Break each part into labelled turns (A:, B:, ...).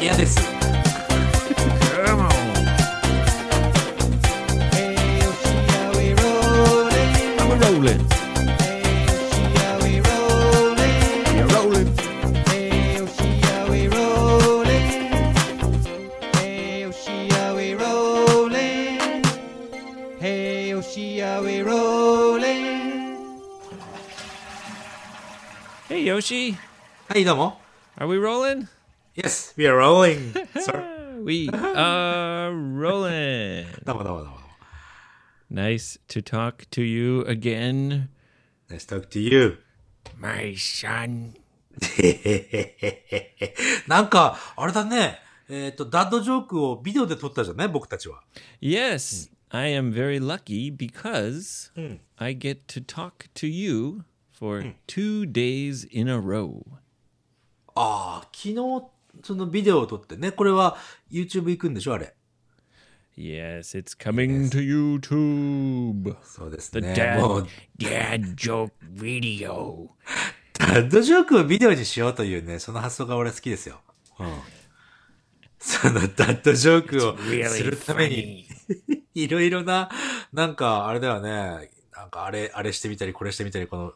A: 嫌です
B: oh, oh, え Hey Yoshi,
A: はいどうも
B: are we rolling?
A: Yes we are rolling Sir
B: We are rolling.
A: どうもどうもどうも
B: Nice to talk to you again,
A: Nice talk to you
B: my son.
A: へへへへへ なんかあれだねえっ、とダッドジョークをビデオで撮ったじゃない僕たちは
B: Yes, I am very lucky because I get to talk to you for two days in a row.
A: ああ昨日そのビデオを撮ってねこれは YouTube 行くんでしょあれ
B: Yes, it's coming to YouTube.
A: そうです
B: The
A: ねもう
B: dad, dad joke video.
A: ダッドジョークをビデオにしようというね、その発想が俺は好きですよ。うん。そのダッドジョークをす
B: Really
A: るために、
B: funny.
A: いろいろな、なんかあれだよね、なんかあれ、あれしてみたり、これしてみたり、この、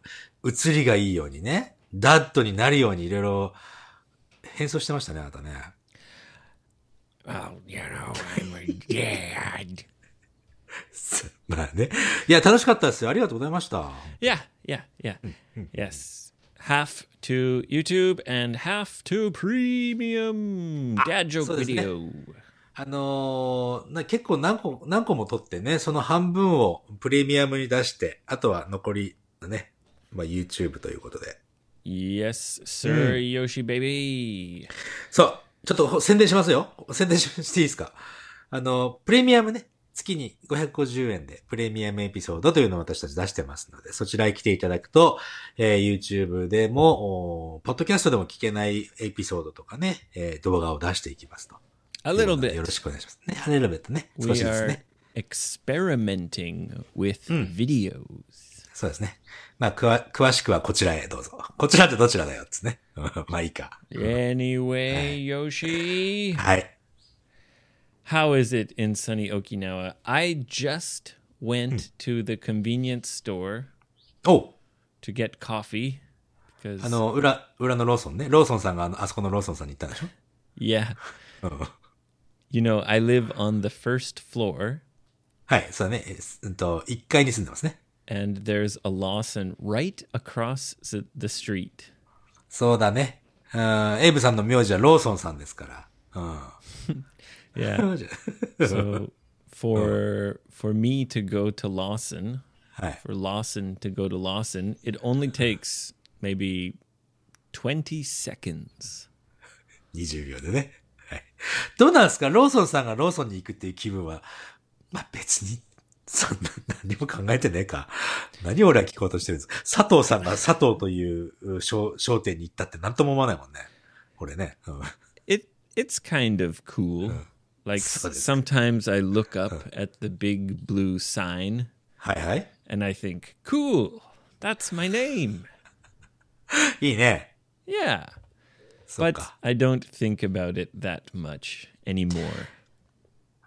A: 映りがいいようにね、ダッドになるようにいろいろ変装してましたね、あなたね。
B: Well, Oh, you know, I'm a dad.
A: まあね。いや、楽しかったですよ。ありがとうございました。
B: yeah, yeah, yeah. yes. Hmm, Half to YouTube and half to premium dad joke
A: そうですね
B: video.
A: あのーな結構何個、何個も取ってね、その半分をプレミアムに出して、あとは残りのね、まあ YouTube ということで。
B: Yes, sir, Yoshi baby.
A: そう、ちょっとほ宣伝しますよ。宣伝ししていいですかあの、プレミアムね、月に550円でプレミアムエピソードというのを私たち出してますので、そちらへ来ていただくと、えー YouTube でも、おーポッドキャストでも聞けないエピソードとかね、えー動画を出していきますと。
B: A little
A: よろ
B: bit.
A: しくお願いします。ね、a little bit ね。少
B: We
A: しですね
B: are。experimenting with videos.
A: そうですね。まあ、くわ、詳しくはこちらへどうぞ。こちらってどちらだよっつね。 うんまあいいか。
B: Anyway, Yoshi,
A: はい。
B: how is it in sunny Okinawa? I just went to the convenience store
A: お
B: to get coffee because
A: あの、裏、裏のローソンね。ローソンさんがあの、あそこのローソンさんに行ったんでし
B: yeah,
A: ょうん。
B: you know, I live on the first floor
A: はい、そうだね。えすうんと、1階に住んでますね。
B: and there's a Lawson right across the- the street.
A: そうだね。うん、エイブさんの名字はローソンさんですから。うん。
B: Yeah.
A: そう
B: So for for me to go to Lawson,
A: はい。
B: for Lawson to go to Lawson, it only takes maybe 20 seconds.
A: 20秒でね。はい。どうなんですかローソンさんがローソンに行くっていう気分は、まあ別に、そんな何も考えてねえか。何を俺は聞こうとしてるんですか佐藤さんが佐藤というう商商店に行ったって何とも思わないもんね。俺ね。うん、
B: It it's kind of cool. Like
A: So-
B: sometimes I look up at the big blue sign
A: はいはい。
B: and I think, "Cool. That's my name."
A: いいね。
B: Yeah.
A: そっ
B: But
A: か。
B: I don't think about it that much anymore.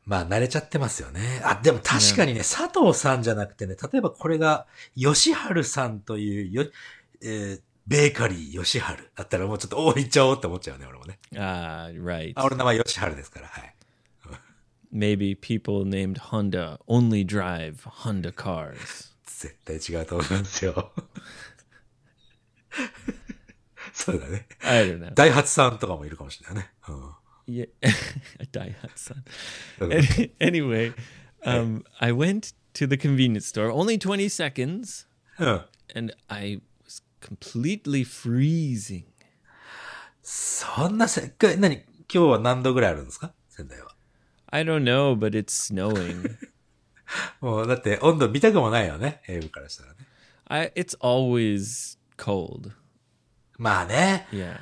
A: まあ慣れちゃってますよね。あ、でも確かにね、佐藤さんじゃなくてね、例えばこれが、吉春さんというよ、えーベーカリー吉春だったらもうちょっと、おお、行っちゃおうって思っちゃうね、俺もね。
B: Ah, right.
A: あ、俺の名前吉春ですから、はい。
B: Maybe people named Honda only drive Honda cars.
A: 絶対違うと思いますよ。 そうだね。
B: I don't know.
A: ダイハツさんとかもいるかもしれないね。うん。
B: Yeah, a Daihatsu.
A: だから
B: Any- anyway, um, I went to the convenience store only 20 seconds,
A: うん。
B: and I was completely freezing.
A: そんなせっかい、何今日は何度ぐらいあるんですか仙台は。
B: I don't know, but it's snowing.
A: もうだって温度見たくもないよね。英語からしたらね。
B: I it's always cold.
A: まあね。
B: Yeah.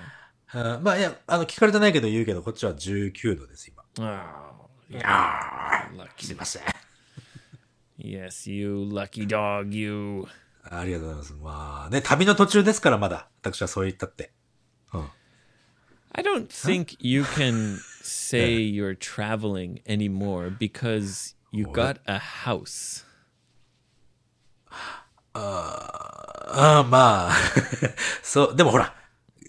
A: うん、まあいや、あの、聞かれてないけど言うけど、こっちは19度です、今。
B: Oh,
A: ああ、す
B: lucky.
A: いません。
B: Yes, you lucky dog, you.
A: ありがとうございます。まあね、旅の途中ですから、まだ。私はそう言ったって。うん。
B: I don't think you can say you're traveling anymore because you got a house.
A: ああ、まあ。 そう、でもほら、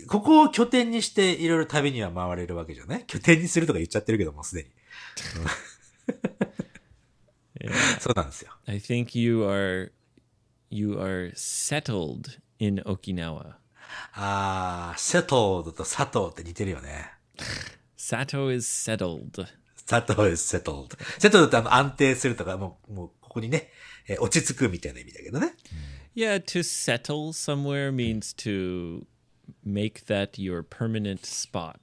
A: ここを拠点にしていろいろ旅には回れるわけじゃない拠点にするとか言っちゃってるけど、もうすでに。 そうなんですよ。
B: I think you are you are settled in Okinawa.
A: ああ、セトウと佐藤って似てるよね。
B: Sato is settled.
A: 佐藤 is settled. settled ってあの安定するとか、もう、もうここにね、えー落ち着くみたいな意味だけどね。
B: Yeah, to settle somewhere means to make that your permanent spot.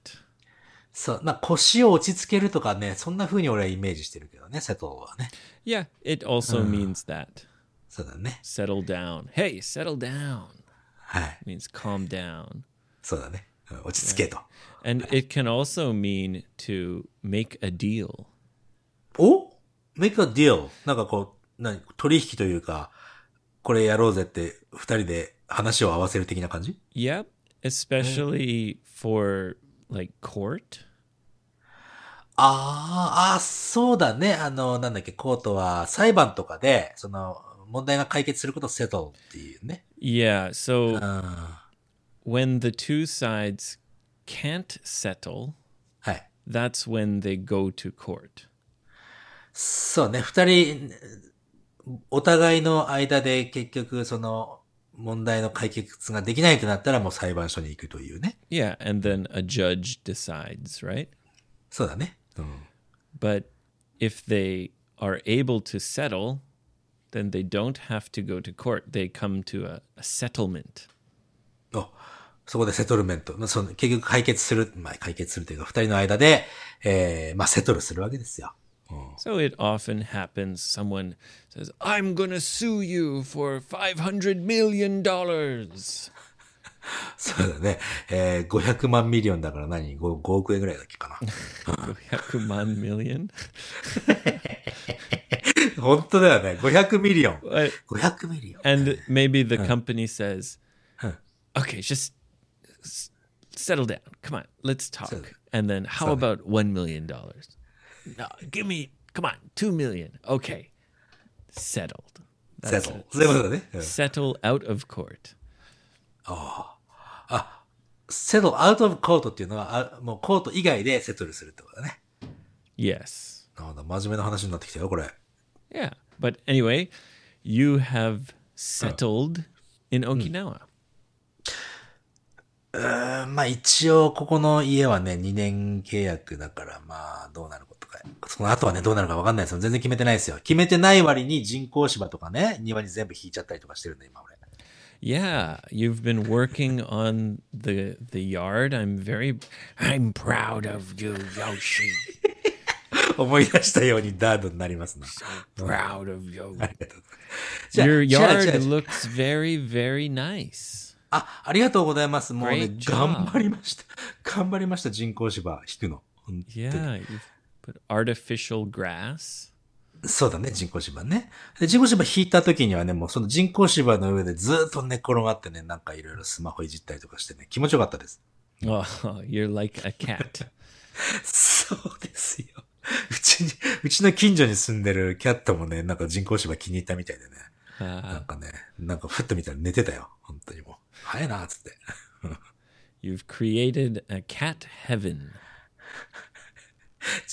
A: そう、まあ腰を落ち着けるとかね、そんな風に俺はイメージしてるけどね、セトウはね。
B: Yeah, it also means that.
A: そうだね。
B: Settle down. Hey, settle down
A: はい。
B: means calm down.
A: そうだね。うん落ち着けと。
B: And it can also mean to make a deal.
A: お ?make a deal. なんかこう、何取引というか、これやろうぜって、二人で話を合わせる的な感じ
B: Yep, especially for like court.
A: あーあー、そうだね。あの、なんだっけ、コートは裁判とかで、その、問題が解決することをセトルっていうね。
B: Yeah, so
A: あ
B: when the two sides can't settle,
A: ーはい。
B: that's when they go to court.
A: そうね、二人、お互いの間で結局、その、問題の解決ができないとなったらもう裁判所に行くというね。
B: Yeah, and then a judge decides, right?
A: そうだね。うん。
B: But if they are able to settle, then they don't have to go to court. They come to a, a settlement.
A: おそこでセトルメント。まあ、その結局解決する、まあ、解決するというか、二人の間で、えー、まあ、セトルするわけですよ。
B: So it often happens someone says, I'm going to sue you for $500 million.
A: そうだね。えー、500万ミリオンだから何 5, 5億円ぐらいだっけか
B: 500 million?
A: な。本当だよね。500ミリオン。
B: But-
A: 500ミリオン。
B: And maybe the company says, okay, just s- settle down. Come on, let's talk. And then how about $1 million? No, give me, come on, $2 million. Okay, settled.
A: セ
B: That's
A: トル
B: it.。
A: そういうことだね。うん
B: Settle out of court.
A: セトル、アウトオブコートっていうのは、あもうコート以外でセトルするってことだね。
B: Yes.
A: なるほど。真面目な話になってきたよ、これ。
B: Yeah. But anyway, you have settled in Okinawa.
A: まあ一応、ここの家はね、2年契約だから、まあ、どうなることか。その後はね、どうなるか分かんないですよ。全然決めてないですよ。決めてない割に人工芝とかね、庭に全部引いちゃったりとかしてるんで、今俺。
B: Yeah, you've been working on the the yard. I'm very I'm proud of you, Yoshi.
A: 思い出したようにダードになりますな。
B: Proud of you.
A: じゃあ
B: Your
A: じゃあ
B: yard
A: じゃあ
B: looks very very nice.
A: あ、ありがとうございます。もうね
B: Great、job.
A: 頑張りました。 頑張りました、人工芝引くの。うん
B: Yeah, you've put artificial grass.
A: そうだね、人工芝ね。で、人工芝引いた時にはね、もうその人工芝の上でずーっと寝転がってね、なんかいろいろスマホいじったりとかしてね、気持ちよかったです。
B: Oh, you're like a cat.
A: そうですよ。うちに、うちの近所に住んでるキャットもね、なんか人工芝気に入ったみたいでね。なんかね、なんかふっと見たら寝てたよ。本当にもう。早いな、つって。
B: You've created a cat heaven.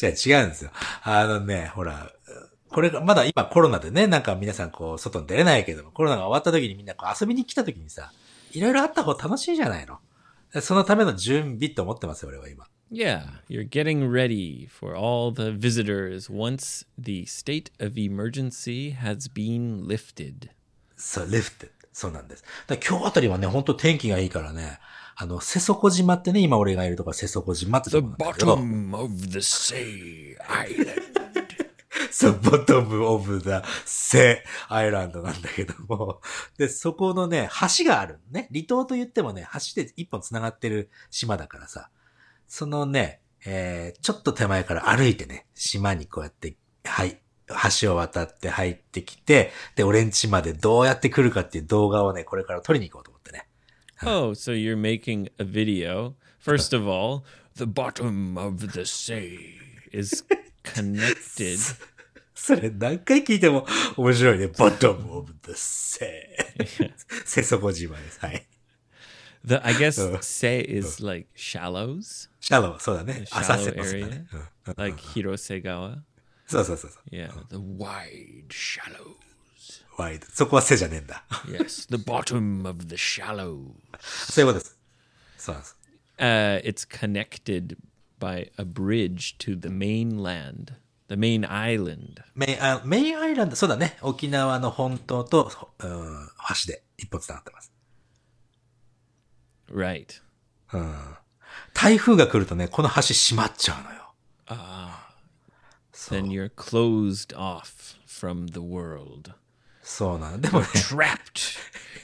A: 違う、違うんですよ。あのね、ほら、これが、まだ今コロナでね、なんか皆さんこう、外に出れないけども、コロナが終わった時にみんなこう遊びに来た時にさ、いろいろあった方楽しいじゃないの。そのための準備と思ってますよ、俺は今。
B: Yeah, you're getting ready for all the visitors once the state of emergency has been lifted.
A: そう、リフト。そうなんです。だから今日あたりはね、本当天気がいいからね、あの、瀬底島ってね、今俺がいるとこは瀬底島ってとこなんだけど、
B: of the sea island.
A: そう、ボトムオブザセアイランドなんだけども、で、そこのね、橋があるのね。離島と言ってもね、橋で一本繋がってる島だからさ、そのね、えー、ちょっと手前から歩いてね、島にこうやって、はい、橋を渡って入ってきて、で、俺ん家までどうやって来るかっていう動画をね、これから撮りに行こうと思ってね。
B: Oh, so you're making a video. First of all, the bottom of the sea is connected.
A: それ何回聞いても面白いね。bottom of the sea. 瀬底島です。はい。
B: The I guess
A: Uh,
B: say is like shallows,
A: shallow, そうだね。浅
B: shallow
A: 瀬とか
B: area,
A: ね。うん
B: like Hirosegawa.
A: そうそうそうそう。
B: Yeah, the wide shallows.
A: ワイド。そこは背じゃねえんだ。
B: Yes, the bottom of the shallow.
A: そういうことです。そうなんです。
B: Uh, it's connected by a bridge to the mainland, the main island.
A: メインあメインアイランド、そうだね。沖縄の本島と、うん、橋で一本伝わってます。
B: Right.
A: 台風が来るとね、この橋閉まっちゃうのよ。
B: Then you're closed off from the world,
A: そうなの。でもね、
B: trapped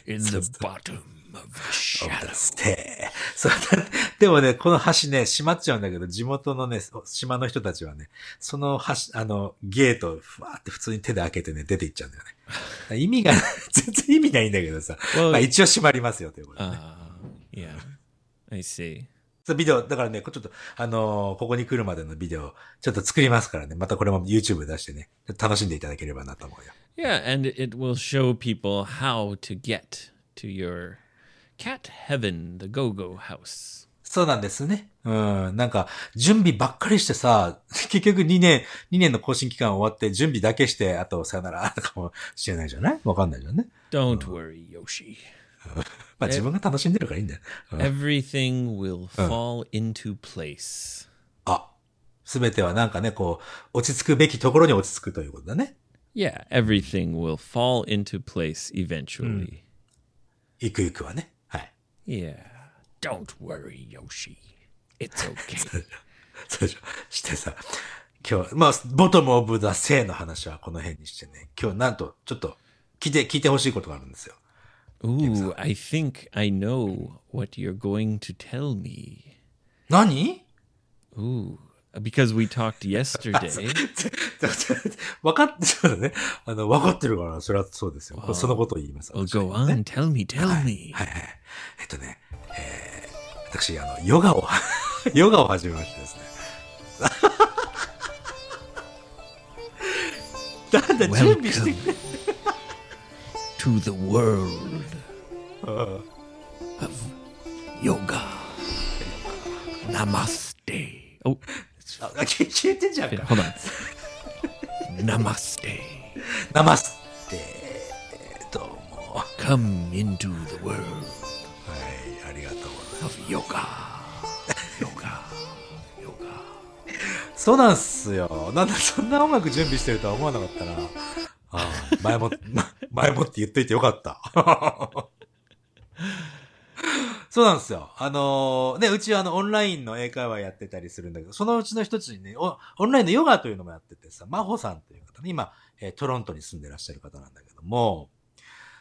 B: in the Oh. bottom of the shallow.
A: ステー。そうだでもね、この橋ね、閉まっちゃうんだけど、地元のね、島の人たちはね、その橋、あの、ゲートをふわーって普通に手で開けてね、出ていっちゃうんだよね。意味が、 全然意味ないんだけどさ、
B: Well-
A: まあ一応閉まりますよということで、ね。
B: Yeah, I see.
A: そうビデオ、だからね、こちょっと、あのーここに来るまでのビデオ、ちょっと作りますからね、またこれも YouTube 出してね、楽しんでいただければなと思うよ。
B: Yeah, and it will show people how to get to your cat heaven, the go go house.
A: そうなんですね。うん。なんか、準備ばっかりしてさ、 結局2年、2年の更新期間終わって、準備だけして、あとさよなら、と かもしれないじゃないわかんないじゃんね。
B: Don't worry, Yoshi.
A: まあ自分が楽しんでるからいいんだよ。
B: Uh.
A: うん
B: Everything will fall into place.
A: あ、すべてはなんかね、こう、落ち着くべきところに落ち着くということだね。
B: Yeah, everything will fall into place eventually.
A: ゆくゆくはね。はい。
B: Yeah. Don't worry, Yoshi. It's okay.
A: そうでしょ。してさ、今日、まあ、ボトムオブザ性の話はこの辺にしてね、今日なんと、ちょっと、聞いて、聞いてほしいことがあるんですよ。
B: Ooh, I think I know what you're going to tell me.
A: 何
B: Ooh, because we talked yesterday.
A: わかって、そうだね。あの、わかってるから、それはそうですよ。そのことを言います。
B: well,
A: 私は
B: go on. Tell me, tell me.
A: はいはい。えっとね、えー、私、あの、ヨガを、 ヨガを始めましてですね。 なんだ、準備して
B: Welcome to the world of yoga. Namaste. Oh,
A: あ、消えてんじゃん
B: yeah,
A: か。
B: hold on. Namaste.
A: ナマステ、えーどうも。は
B: Come into the world
A: い、ありがとうございます。
B: of yoga. Yoga. Yoga.
A: そうなんすよ。なんだ、そんな音楽準備してるとは思わなかったな。ああ前も、ま前もって言っといてよかった。 そうなんですよ。あのーね、うちはあの、オンラインの英会話やってたりするんだけど、そのうちの一つにね、オオンラインのヨガというのもやっててさ、真帆さんという方ね、今、えートロントに住んでらっしゃる方なんだけども、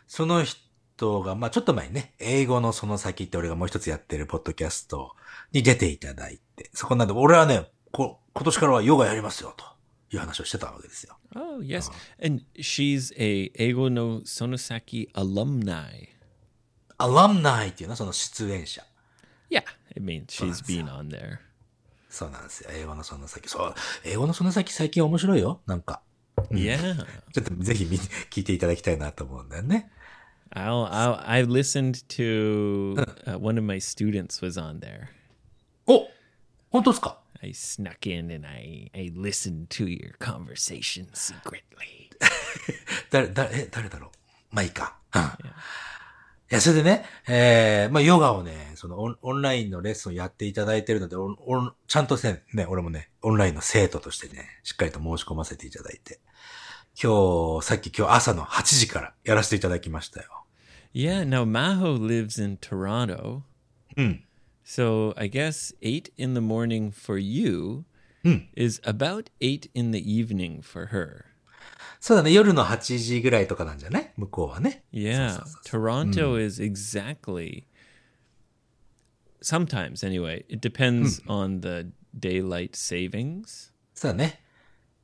A: その人が、まあちょっと前にね、英語のその先って俺がもう一つやってるポッドキャストに出ていただいて、そこなんで、俺はね、こ今年からはヨガやりますよ、という話をしてたわけですよ。
B: Oh, yes. And she's a Ego no Sonosaki alumni.
A: アラムナイっていうのはその出演者。
B: Yeah, I mean, she's been on there.
A: そうなんですよ。英語のその先。そう。英語のその先最近面白いよ。なんか。
B: Mm-hmm. Yeah.
A: ちょっとぜひ見て聞いていただきたいなと思うんだよね。
B: I'll, I'll, I listened to uh, one of my students was on there.
A: お本当ですか
B: I snuck in and I, I listened to your conversation secretly.
A: 誰、誰、え、誰だろうまあいいか。うん。いや、それでね、えー、まあヨガをね、そのオンオンラインのレッスンをやっていただいてるので、オンオンちゃんとね、ね、俺もね、オンラインの生徒としてね、しっかりと申し込ませていただいて、今日、さっき今日朝の8時からやらせていただきましたよ。
B: Yeah, now Maho lives in Toronto. So I guess eight in the morning for you is about eight in the evening for her.
A: そうだね、夜の8時ぐらいとかなんじゃない向こうはね。
B: Yeah. Toronto is exactly sometimes anyway. It depends on the daylight savings,
A: そうだね。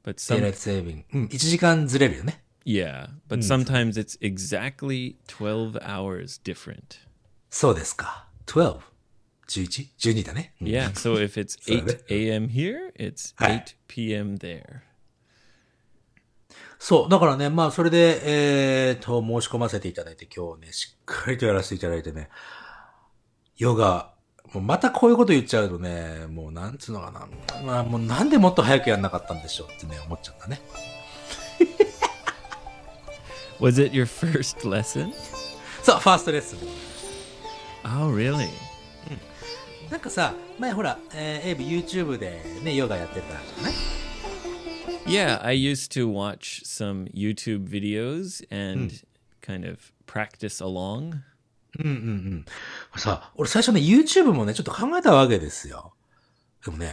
B: but
A: デイ
B: some
A: ライトセービング。うん、1時間ずれるよね。
B: yeah, but sometimes it's exactly 12 hours different.
A: そうですか。12。 11?12 だね。うん
B: Yeah, so if it's
A: So-
B: 8 a.m. here, it's 8 p.m. there.
A: そう。だからね、まあ、それで、えー、と、申し込ませていただいて、今日ね、しっかりとやらせていただいてね、ヨガ、もうまたこういうこと言っちゃうとね、もうなんつうのかな、まあ、もうなんでもっと早くやんなかったんでしょうってね、思っちゃったね。
B: Was it your first lesson?
A: さあ、ファーストレッスン。
B: Oh, really?
A: なんかさ、前ほら、えー、エイブ YouTube でね、ヨガやってたじゃない
B: Yeah, I used to watch some YouTube videos and kind of practice along.
A: さ、俺最初ね、YouTube もね、ちょっと考えたわけですよ。でもね、や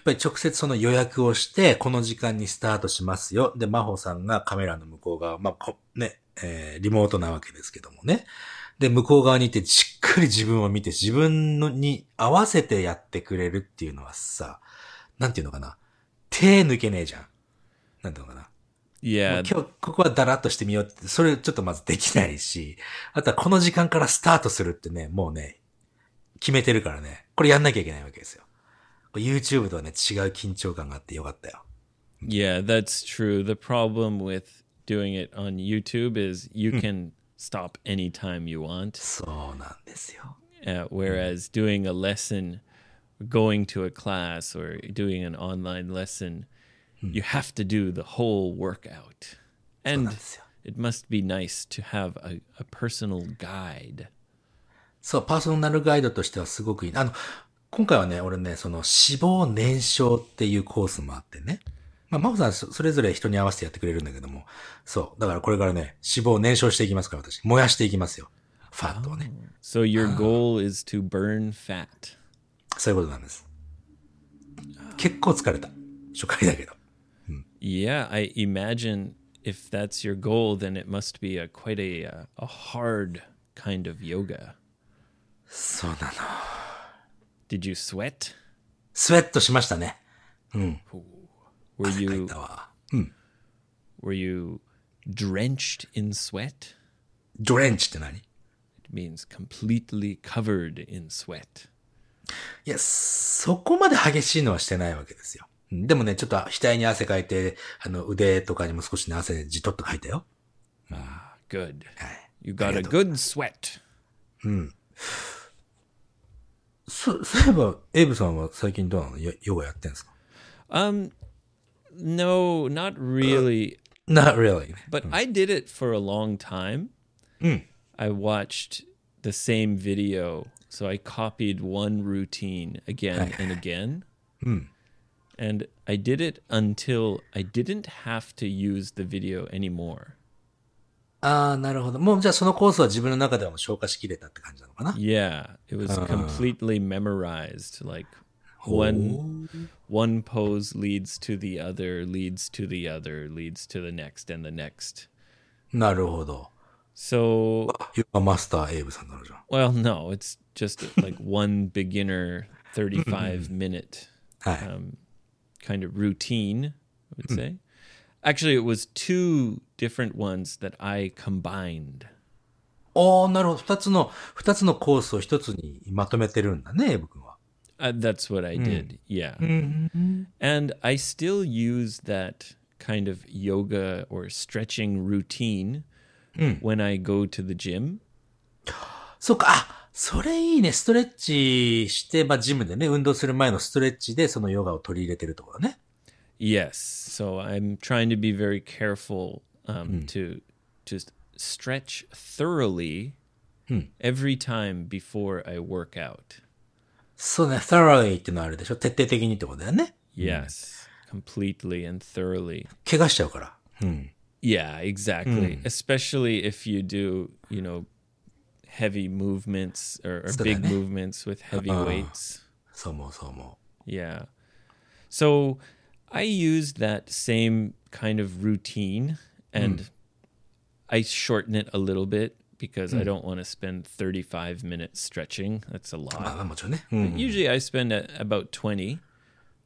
A: っぱり直接その予約をして、この時間にスタートしますよ。で、真帆さんがカメラの向こう側、まあ、こね、えーリモートなわけですけどもね。で、向こう側にいてじっくり自分を見て、自分のに合わせてやってくれるっていうのはさ、なんていうのかな。手抜けねえじゃん。なんていうのかな。も
B: Yeah,
A: う今日ここはダラッとしてみようって、それちょっとまずできないし、あとはこの時間からスタートするってね、もうね、決めてるからね、これやんなきゃいけないわけですよ。これ YouTube とはね、違う緊張感があってよかったよ。
B: yeah, that's true. The problem with doing it on YouTube is you can stop anytime you want.
A: そうなんですよ。
B: Uh, whereas doing a lesson, going to a class or doing an online lesson, you have to do the whole workout.
A: そうなん
B: And
A: ですよ。
B: it must be nice to have a, a personal guide.
A: そう、パーソナルガイドとしてはすごくいい。あの、今回はね、俺ね、その脂肪燃焼っていうコースもあってね。まあ、真帆さんそそれぞれ人に合わせてやってくれるんだけども、そう。だからこれからね、脂肪を燃焼していきますから、私。燃やしていきますよ。ファットをね。
B: So your goal is to burn fat.
A: そういうことなんです。結構疲れた。初回だけど。
B: Yeah, I imagine if that's your goal, then it must be a quite a uh, a hard kind of yoga.
A: そうなの。
B: Did you sweat?
A: スウェットしましたね。
B: Were
A: 書い
B: you
A: たわ。
B: were you drenched in sweat?
A: ドレンチって何い
B: It means completely covered in sweat.
A: や、そこまで激しいのはしてないわけですよ。うんでもね、ちょっと額に汗かいて、あの、腕とかにも少しね、汗じとっとかいたよ。
B: Good.
A: はい。
B: You got a good sweat.
A: そ、そういえば、エイブさんは最近どうなのヨヨガやってんですか
B: Um no, not really.
A: ?Not really.
B: But I did it for a long time. I watched the same video, so I copied one routine again and again. And I did it until I didn't have to use the video anymore.
A: ああ、なるほど。もうじゃあそのコースは自分の中ではもう消化しきれたって感じなのかな
B: Yeah, it was completely memorized. Like one one pose leads to the other, leads to the other, leads to the next and the next.
A: なるほど。
B: So
A: ヨガマスターエイブさんなのじゃん。
B: Well, no, it's just uh, like one beginner 35 minute
A: はい。
B: kind of routine, I would say. Actually, it was two different ones that I combined.
A: ああ、なるほど。二つの、二つのコースを一つにまとめてるんだね、エブ君は。
B: Uh, that's what I did. Yeah. And I still use that kind of yoga or stretching routine when I go to the gym.
A: そうか、あ、それいいね。ストレッチして、まあ、ジムでね、運動する前のストレッチでそのヨガを取り入れてるってことだね。
B: Yes. So I'm trying to be very careful um, to just stretch thoroughly every time before I work out.
A: そうね、thoroughly ってのはあるでしょ徹底的にってことだよね。
B: Yes. Completely and thoroughly.
A: 怪我しちゃうから。
B: Yeah, exactly. Especially if you do, you know, heavy movements or, or
A: So
B: big
A: then, eh?
B: movements with heavy weights.
A: そう思う、そう思
B: Yeah. So I used that same kind of routine and I shorten it a little bit because I don't want to spend 35 minutes stretching. That's a
A: う。まあ
B: lot.
A: まあ、もちろんね。うん。
B: Usually I spend a, about 20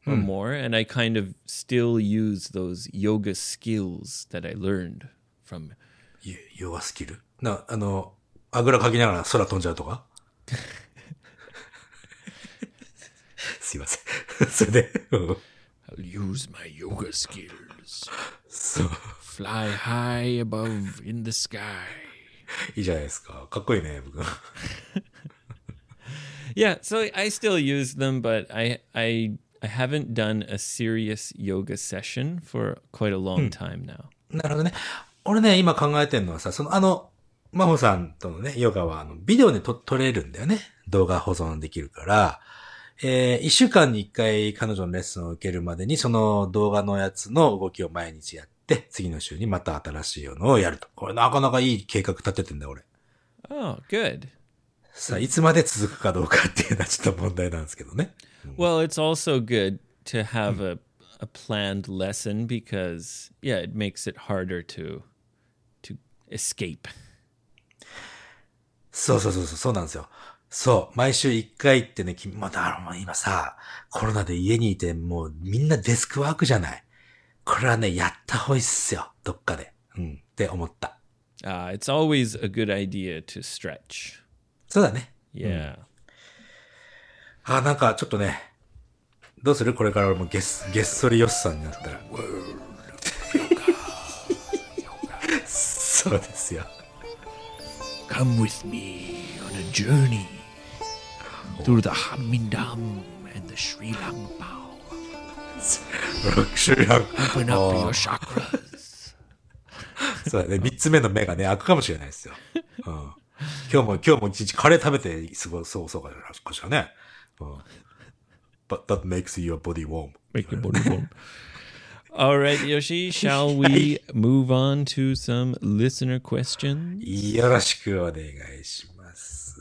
B: or more and I kind of still use those yoga skills that I learned from
A: ヨヨガスキルな、あの、あぐらかきながら空飛んじゃうとか すいません。 それで、うん、
B: I'll use my yoga skills.
A: そう。
B: Fly high above in the sky.
A: いいじゃないですか。かっこいいね、僕。
B: Yeah, so I still use them, but I I I haven't done a serious yoga session for quite a long time now.
A: なるほどね。俺ね、今考えてるのはさ、その、あの、真帆さんとのね、ヨガは、あの、ビデオでと撮れるんだよね。動画保存できるから、えー一週間に一回彼女のレッスンを受けるまでに、その動画のやつの動きを毎日やって、次の週にまた新しいのをやると。これなかなかいい計画立ててんだ、俺。
B: Oh, good.
A: さあ、いつまで続くかどうかっていうのはちょっと問題なんですけどね。
B: Well, it's also good to have a a planned lesson because yeah, it makes it harder to to escape.
A: そうそうそうそう、そうなんですよ。そう、毎週一回ってね、君もうだからもう今さ、コロナで家にいて、もうみんなデスクワークじゃない。これはね、やった方がいいっすよ、どっかで。うん、って思った。
B: Uh, it's always a good idea to stretch.
A: そうだね。
B: Yeah.
A: あ、なんかちょっとね、どうするこれから俺もゲス、ゲッソリヨッサンになったら。 そうですよ。
C: Come with me on a journey through the Hamindam and the Sri Langbao.
A: ロックシュラン
C: Open up your chakras.
A: そうだね。三つ目の目がね、開くかもしれないですよ。うん。今日も、今日も一日カレー食べて過ごそうそうかしらね。うん。But that makes your body warm.
B: Make your body warm. All right, Yoshi, shall we move on to some listener questions?
A: よろしくお願いします。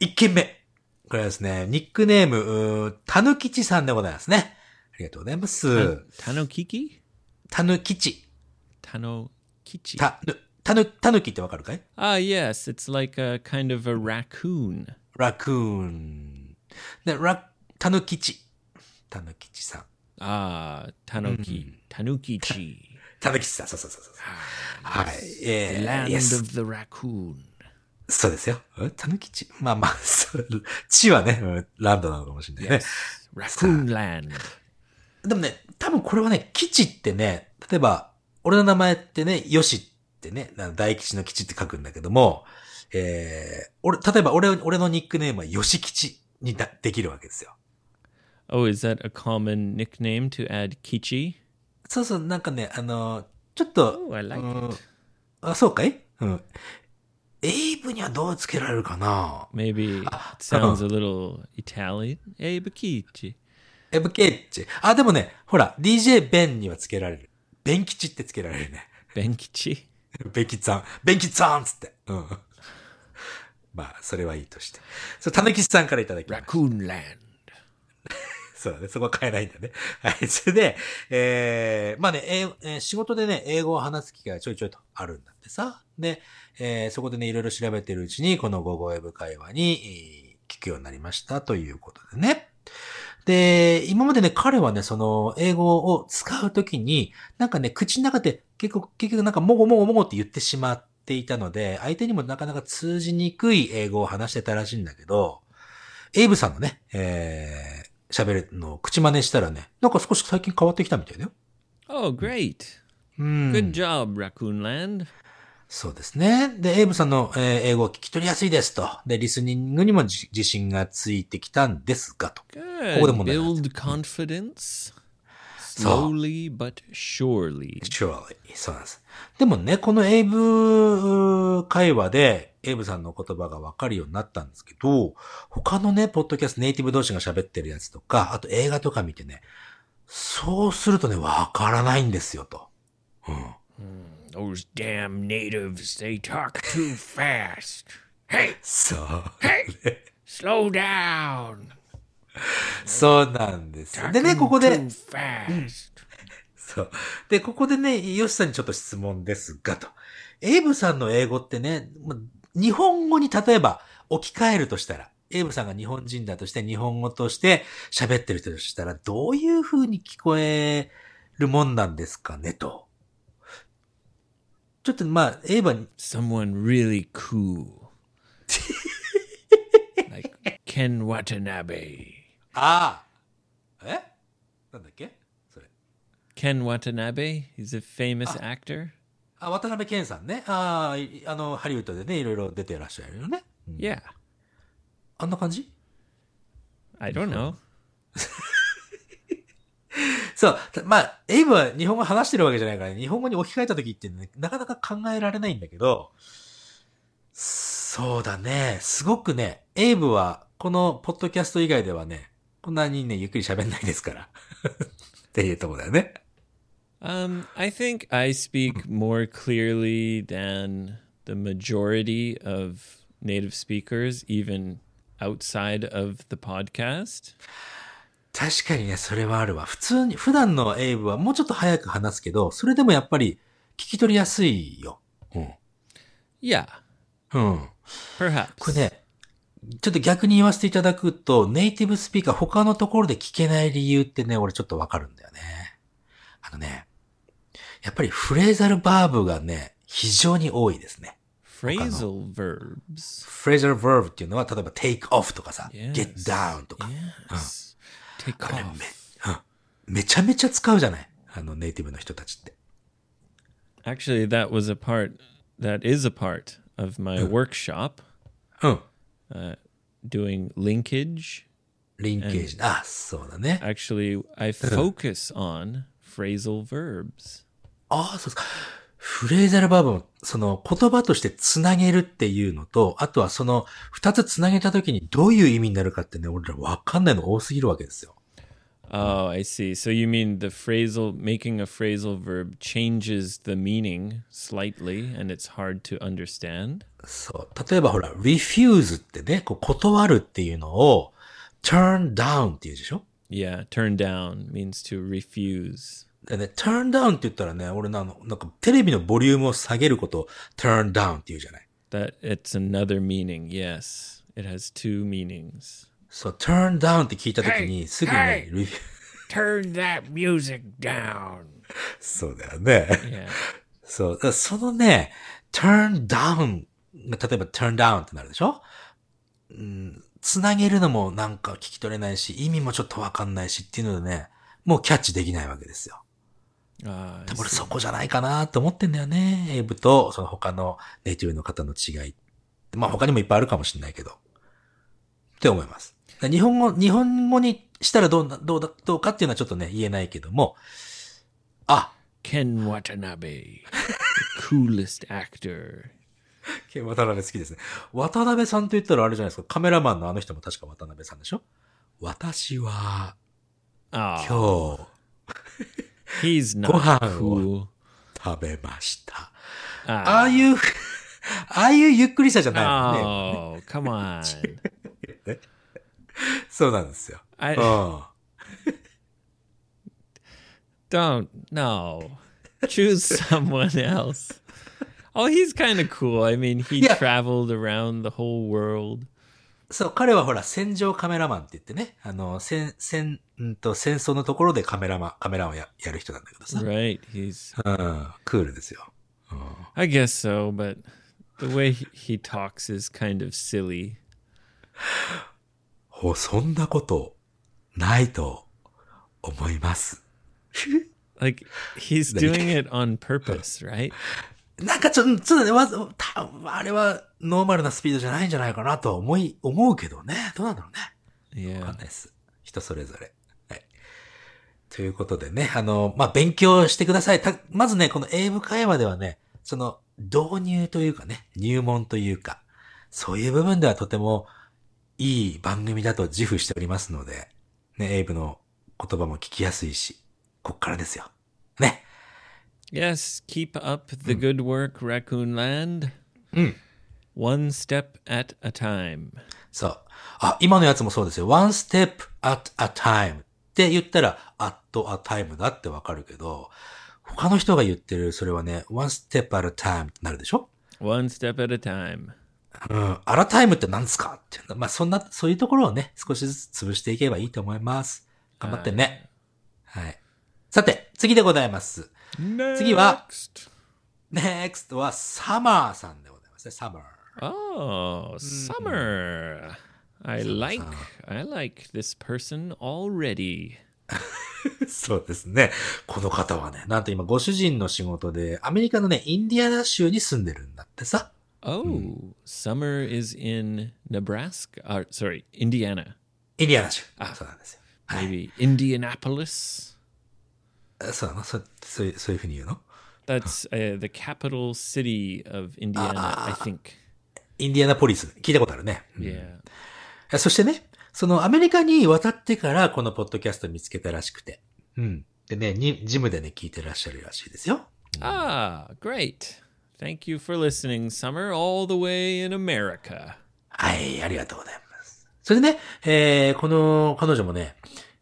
A: 一件目。これはですね、ニックネーム、うーたぬきちさんでございますね。ありがとうございます。
B: Tanokiki?
A: たぬきち。
B: Tanokichi.
A: たぬ、たぬ、たぬきってわかるかい
B: Ah, yes, it's like a kind of a raccoon.
A: ラクーン。で、ラ、たぬきち。たぬきちさん。
B: Ah, Tanoki. Tanukichi.
A: たぬきちさん、そうそうそうそう。はい。えー
C: Land
A: yes
C: of the raccoon.
A: そうですよ。うんたぬきち。まあまあ、そう地はね、うんランドなのかもしれないね。
B: Raccoon land.
A: でもね、多分これはね、基地ってね、例えば、俺の名前ってね、よしってね、あの大吉の吉って書くんだけども、えー、俺、例えば俺、俺のニックネームはよし吉にだできるわけですよ。
B: Oh, is that a common nickname to add Kichi?
A: そうそう、なんかね、あの、ちょっと、
B: Oh, I like
A: うん
B: it.
A: あ、そうかいうん。エイブにはどうつけられるかな
B: Maybe it sounds a little Italian. Hey, Bakichi.
A: エブケッチ。あ、でもね、ほら、DJ ベンにはつけられる。ベン吉ってつけられるね。
B: Benkichi.
A: ベンキッツさん、ベンキッツさんっつって。うん。まあ、それはいいとして。そう、たぬきさんからいただきました。
C: Raccoon land.
A: そうだね。そこは変えないんだね。 はい。それで、えー、まあね、英えー仕事でね、英語を話す機会がちょいちょいとあるんだってさ。で、えーそこでね、いろいろ調べてるうちに、この語語英語会話に、えー聞くようになりましたということでね。で、今までね、彼はね、その、英語を使うときに、なんかね、口の中で結構、結局なんか、もごもごもごって言ってしまっていたので、相手にもなかなか通じにくい英語を話してたらしいんだけど、エイブさんのね、えー、喋るのを口真似したらね、なんか少し最近変わってきたみたいだよ。
B: Oh, great.
A: うん。
B: Good job, Raccoon Land.
A: そうですね。で、エイブさんの、えー英語を聞き取りやすいですと。で、リスニングにもじ自信がついてきたんですがと。
B: Good.
A: ここで問題なんです。
B: Build confidence slowly but surely.
A: surely. そうなんです。でもね、このエイブ会話で、エイブさんの言葉がわかるようになったんですけど、他のね、ポッドキャストネイティブ同士が喋ってるやつとか、あと映画とか見てね、そうするとね、わからないんですよと。
C: Those damn natives, they talk too fast. Hey,
A: そう。
C: slow down.
A: そうなんですよ。でね、ここで
C: Too、fast.
A: そう。で、ここでね、ヨシさんにちょっと質問ですが、と。エイブさんの英語ってね、ま日本語に例えば置き換えるとしたら、エイブさんが日本人だとして、日本語として喋ってる人としたら、どういう風に聞こえるもんなんですかね、と。ちょっとまあ、エイブは、
B: Someone really cool.
C: Ken Watanabe.
A: ああ。えなんだっけそれ。
B: Ken Watanabe. He's a famous actor.
A: あ、渡辺健さんね。ああ、いあの、ハリウッドでね、いろいろ出てらっしゃるよね。
B: Yeah.
A: あんな感じ
B: I don't know.
A: そう。たまあ、エイブは日本語話してるわけじゃないから、日本語に置き換えた時っていうのはね、なかなか考えられないんだけど、そうだね。すごくね、エイブは、このポッドキャスト以外ではね、こんなにね、ゆっくり喋んないですから。 っていうとこだよね。
B: Um, I think I speak more clearly than the majority of native speakers, even outside of the podcast.
A: 確かにね、それはあるわ。普通に、普段のエイブはもうちょっと早く話すけど、それでもやっぱり聞き取りやすいよ。うん。
B: Yeah,
A: うん。
B: perhaps.
A: これね、ちょっと逆に言わせていただくと、ネイティブスピーカー他のところで聞けない理由ってね、俺ちょっとわかるんだよね。あのね、やっぱりフレーザルバーブがね、非常に多いですね。
B: Phrasal verbs.
A: フレーザルバーブっていうのは、例えば take off とかさ、
B: Yes.
A: get down とか、
B: Yes. Take
A: これめ
B: off.
A: めちゃめちゃ使うじゃないあのネイティブの人たちって。
B: Actually, that was a part, that is a part of my workshop
A: うん。
B: doing linkage.
A: リンケージ。あ、そうだね。
B: Actually, I focus on phrasal verbs.
A: ああ、そうですか。フレーザルバーブも、その言葉としてつなげるっていうのと、あとはその二つつなげた時にどういう意味になるかってね、俺らわかんないの多すぎるわけですよ。
B: Oh, I see. So you mean the phrasal making a phrasal verb changes the meaning slightly and it's hard to understand?
A: そう。例えばほら、refuse ってね、こう断るっていうのを turn down っていうでしょ
B: Yeah, turn down means to refuse.
A: でね、turn down って言ったらね、俺なの、なんかテレビのボリュームを下げることを turn down って言うじゃない。
B: That it's another meaning. Yes, it has two meanings.
A: そう、turn down って聞いた時にすぐね、
C: Hey!
A: re-
C: Turn that music down.
A: そうだよね。
B: Yeah.
A: そう。だからそのね、turn down が、例えば turn down ってなるでしょうん。つなげるのもなんか聞き取れないし、意味もちょっとわかんないしっていうのでね、もうキャッチできないわけですよ。
B: Ah, I
A: 多分
B: see.
A: 俺そこじゃないかなと思ってんだよね。エイブとその他のネイティブの方の違い。まあ他にもいっぱいあるかもしれないけど。って思います。だから日本語、日本語にしたらどうな、どうだ、どうかっていうのはちょっとね、言えないけども、あ、
C: Ken Watanabe.
B: coolest actor.
A: ケン渡辺好きですね。渡辺さんと言ったらあれじゃないですか。カメラマンのあの人も確か渡辺さんでしょ私は
B: Ah,
A: 今日
B: he's not
A: Wow.
B: cool.
A: 食べました。
B: Ah,
A: ああいう、 ああいうゆっくりさじゃないもんね。
B: oh, come on.
A: そうなんですよ。う
B: I
A: ん。
B: don't know. Choose someone else. Oh, he's kind of cool. I mean, he
A: Yeah.
B: traveled around the whole world.
A: そう、彼はほら、戦場カメラマンって言ってね、あの、戦、戦、うんと、戦争のところでカメラマン、カメラをややる人なんだけどさ。
B: Right. He's
A: うん。クールですよ。
B: I guess so, but the way he, he talks is kind of silly.
A: ほ、そんなこと、ないと、思います。
B: Like he's doing it on purpose, right?
A: なんかちょっと、ちょっとね、わざ、たあれはノーマルなスピードじゃないんじゃないかなとは思い、思うけどね。どうなんだろうね。わか
B: Yeah.
A: んないです。人それぞれ。はい。ということでね、あの、まあ、勉強してください。た、まずね、この英語会話ではね、その、導入というかね、入門というか、そういう部分ではとてもいい番組だと自負しておりますので、ね、英語の言葉も聞きやすいし、こっからですよ。ね。
B: Yes, keep up the
A: Mm.
B: good work, Raccoon Land. One step at a time.
A: そう。あ、今のやつもそうですよ。one step at a time って言ったら at a time だってわかるけど、他の人が言ってるそれはね、one step at a time ってなるでしょ
B: One step at a time.
A: うん。あらタイムって何ですかっていうのまあそんな、そういうところをね、少しずつ潰していけばいいと思います。頑張ってね。はい。さて、次でございます。次は、next は summer さんでございますね。summer。
B: Oh, summer. I like I like this person already.
A: そうですね。この方はね、なんと今ご主人の仕事で、アメリカのね、インディアナ州に住んでるんだってさ。
B: Oh, summer is in Nebraska. Uh, sorry, Indiana.
A: インディアナ州。そうなんですよ。
B: Maybe Indianapolis.
A: あそうなのそそういうそういうふうに言うの
B: That's uh, the capital city of Indiana, I think.
A: インディアナポリス。聞いたことあるね。うん
B: Yeah.
A: えそしてね、そのアメリカに渡ってからこのポッドキャスト見つけたらしくて。うん。でね、にジムでね、聞いてらっしゃるらしいですよ。
B: Ah, great. Thank you for listening, Summer, all the way in America.
A: はい、ありがとうございます。それでね、えー、この、彼女もね、